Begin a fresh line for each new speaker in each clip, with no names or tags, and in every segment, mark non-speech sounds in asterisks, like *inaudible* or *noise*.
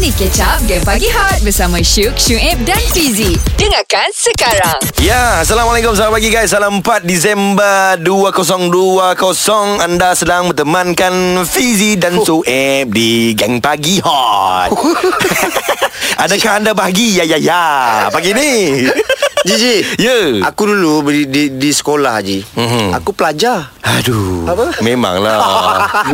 Mari catch up Game Pagi Hot Bersama Syuk, Syuib dan Fizi Dengarkan sekarang
Ya, Assalamualaikum Selamat pagi guys Salam 4 Disember 2020 Anda sedang bertemankan Fizi dan Sueb Di Gang Pagi
*laughs*
Hot Adakah anda bahagi? Ya, ya, ya Pagi ni
Ji
Ya.
Aku dulu di, di, di sekolah Ji
Mhm.
Aku pelajar
Aduh
Apa? *laughs*
Memanglah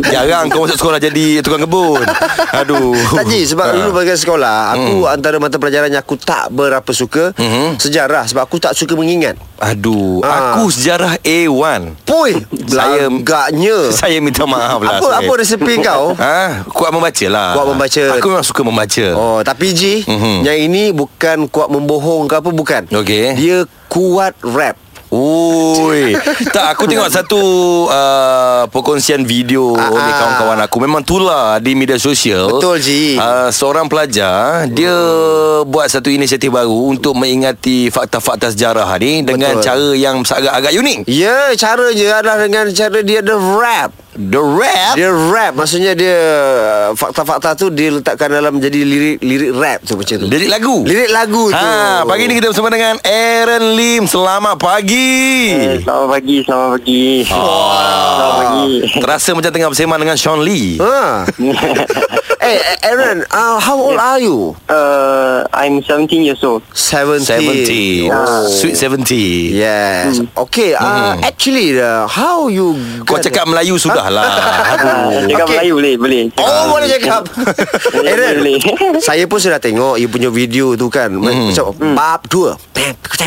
Jarang kau masuk sekolah jadi tukang kebun Aduh
Tak Ji Sebab
Ah.
dulu bagi sekolah Aku antara mata pelajaran yang aku tak berapa suka
Mhm.
Sejarah Sebab aku tak suka mengingat
Aduh
Ah.
Aku sejarah A1 *laughs*
Poi
Saya-
Belagaknya
*laughs* Saya minta maaf lah
Apa-
Suhaib.
apa resepi
*laughs*
kau?
Ha? Kuat membaca lah
Kuat membaca.
Aku memang suka membaca
Oh, tapi Ji,
Mhm.
yang ini bukan kuat membohong ke apa bukan.
Okey.
Dia kuat rap.
Oi. tak
*laughs*
aku tengok satu uh, perkongsian video
Ah,
oleh
ah.
kawan-kawan aku. Memang tular di media sosial.
Betul, Ji.
Uh, seorang pelajar dia buat satu inisiatif baru untuk mengingati fakta-fakta sejarah ni dengan
Betul.
cara yang agak-agak unik.
Ya, caranya adalah dengan cara dia ada rap.
The rap
Dia rap, maksudnya dia uh, fakta-fakta tu diletakkan dalam jadi lirik-lirik rap tu macam tu.
Lirik lagu
Lirik lagu tu.
ha, Pagi ni kita bersama dengan Aaron Lim Selamat pagi
Selamat pagi, selamat pagi. Selamat pagi.
Terasa macam tengah bersama dengan Sean Lee
Ha.
*laughs*
eh, Aaron, uh, how old are you?
Uh, I'm 17 years old.
70
70.
oh. Sweet 70
Yes. Okay, uh, actually uh, how
Mm.
you
Mm-hmm. Kau
got-
cakap Melayu sudahlah.
Uh,
Aduh.
cakap
Okey.
Melayu boleh, boleh.
Ah.
Oh boleh
*laughs*
cakap
Boleh,
Aaron
boleh.
Saya pun sudah tengok You punya video tu kan
Mm-hmm.
mm. Macam Bab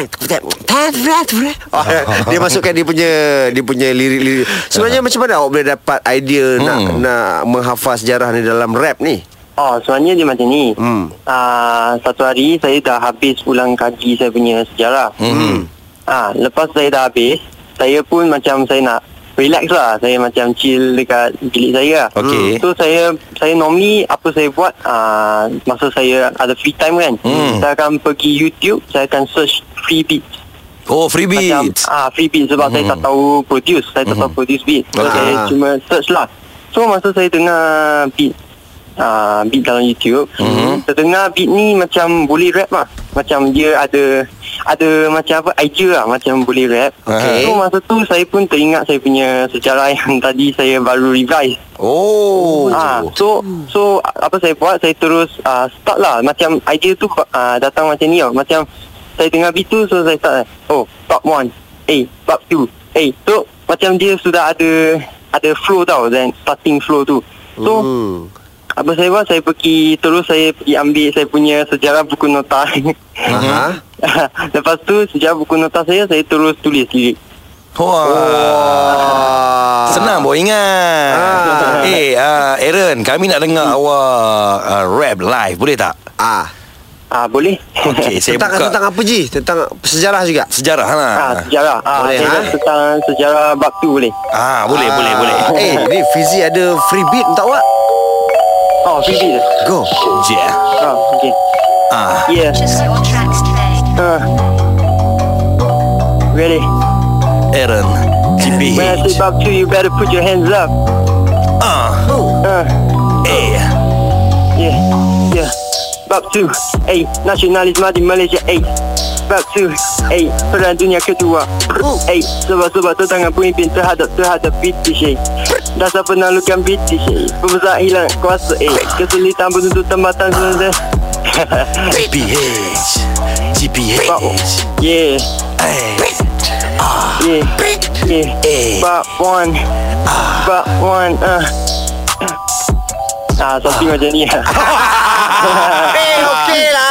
*laughs*
2 oh, Dia masukkan dia punya Dia punya lirik-lirik
Ah.
Sebenarnya macam mana awak boleh dapat idea Nak
Mm.
nak menghafal sejarah ni dalam rap ni
Oh, sebenarnya dia macam ni.
Hmm.
Uh, satu hari saya dah habis ulang kaji saya punya sejarah.
Hmm.
Ah, lepas saya dah habis, saya pun macam saya nak relax lah. Saya macam chill dekat bilik saya lah.
Okey.
So saya saya normally apa saya buat ah masa saya ada free time kan.
Hmm.
Saya akan pergi YouTube, saya akan search free beats.
Oh, free beats. Hmm.
Macam, ah, free beat sebab saya tak tahu produce. Saya tak tahu produce beat. So,
Ah.
Okay.
saya cuma search lah. So, masa saya dengar beat, ah, beat dalam YouTube,
Hmm.
saya dengar beat ni macam boleh rap lah. Macam dia ada ada macam apa idea lah macam boleh rap.
Okay.
So masa tu saya pun teringat saya punya sejarah yang *laughs* tadi saya baru revise.
Oh.
Ah, so so apa saya buat saya terus uh, start lah macam idea tu uh, datang macam ni tau. Macam saya dengar beat tu so saya start lah. Oh, top one. Eh, top two. Eh, so macam dia sudah ada ada flow tau dan starting flow tu. So
Hmm.
apa saya buat saya pergi terus saya pergi ambil saya punya sejarah buku nota.
Hmm. Aha.
*laughs* Lepas tu sejarah buku nota saya saya terus tulis lirik. Oh,
Wah.
ah.
Wah.
Senang boleh ingat.
Ah.
Eh, uh, Aaron, kami nak dengar
Hmm.
awak uh, rap live. Boleh tak?
Ah.
Ah, boleh? *laughs*
Okey, saya
Tentang,
buka
tentang apa Ji? Tentang sejarah juga
sejarah lah.
ah, sejarah. Ah,
Boleh,
saya
ha?
rap tentang sejarah bab tu boleh.
Ah, boleh,
Ah.
boleh, boleh.
Eh, ni Fizi ada free beat untuk awak
Oh, Phoebe tu.
Go
Yeah.
Oh, okay.
Ah.
Yeah.
Just your tracks today.
Uh, ready?
Aaron.
When I
GBH.
say bop two, you better put your hands up.
Ah.
Uh,
Eh.
yeah, yeah. Bab two, ayy, nasionalisme di Malaysia, ayy. Bab two, ayy, Perang Dunia Kedua. Ayy, sebab-sebab tangan pemimpin terhadap terhadap British, ayy. Dasar penalukan British, ayy. Pembesar hilang kuasa, ayy. Kesulitan bertuntutan batang sebenarnya.
GBH.
Bab,
GBH.
yeah,
Eh.
yeah, yeah.
Eh.
But one But one uh. Ah, something macam ni *laughs*
Eh, okey lah.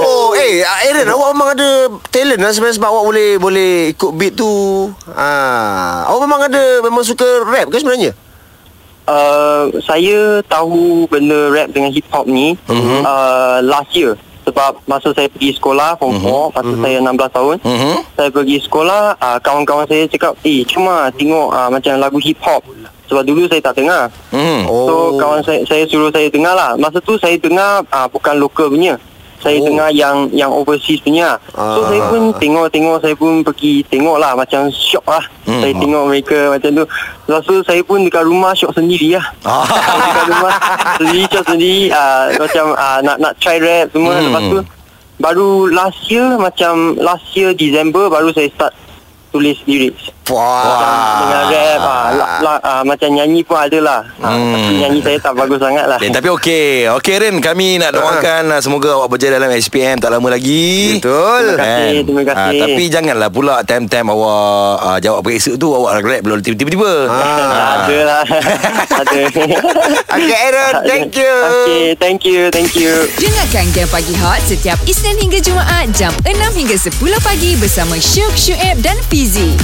Oh, eh, Aaron, awak memang ada talent lah sebenarnya sebab awak boleh boleh ikut beat tu. Ah, awak memang ada memang suka rap ke sebenarnya?
uh, Saya tahu benda rap dengan hip hop ni
Mhm.
uh, Last year Sebab masa saya pergi sekolah Form 4 Masa saya 16 tahun
Mhm.
Saya pergi sekolah uh, Kawan-kawan saya cakap Eh, cuma tengok uh, macam lagu hip hop Sebab dulu saya tak dengar
Hmm.
Oh.
So kawan saya, saya suruh saya dengar lah Masa tu saya dengar uh, bukan lokal ah, punya Saya
Oh.
oh. dengar yang yang overseas punya. Uh. So
Ah.
saya pun tengok-tengok saya pun pergi tengok lah macam syok lah. Hmm. Saya tengok mereka macam tu. Lepas tu saya pun dekat rumah syok sendiri lah. *laughs* Saya dekat rumah sendiri syok sendiri ah, macam ah, nak nak try rap semua
Hmm.
hmm. lepas tu baru last year macam last year December baru saya start tulis lyrics.
Wah.
Macam dengan rap ah, la, la, ah, macam nyanyi pun ada lah. Ah,
Hmm.
Tapi nyanyi saya tak bagus sangat lah.
Eh, tapi okey. Okey Rin, kami
Ah.
nak doakan uh. semoga awak berjaya dalam SPM tak lama lagi.
Betul.
Terima kasih,
Kan?
terima kasih.
Ah, tapi janganlah pula time-time awak uh, jawab periksa tu awak grab belum tiba-tiba.
Ah.
Ada
*laughs*
lah Ada
Okay,
*laughs*
Aaron, thank you.
Okay thank you Thank you
Dengarkan Game Pagi Hot setiap Isnin hingga Jumaat jam 6 hingga 10 pagi bersama Syuk, Syuib dan Fizi.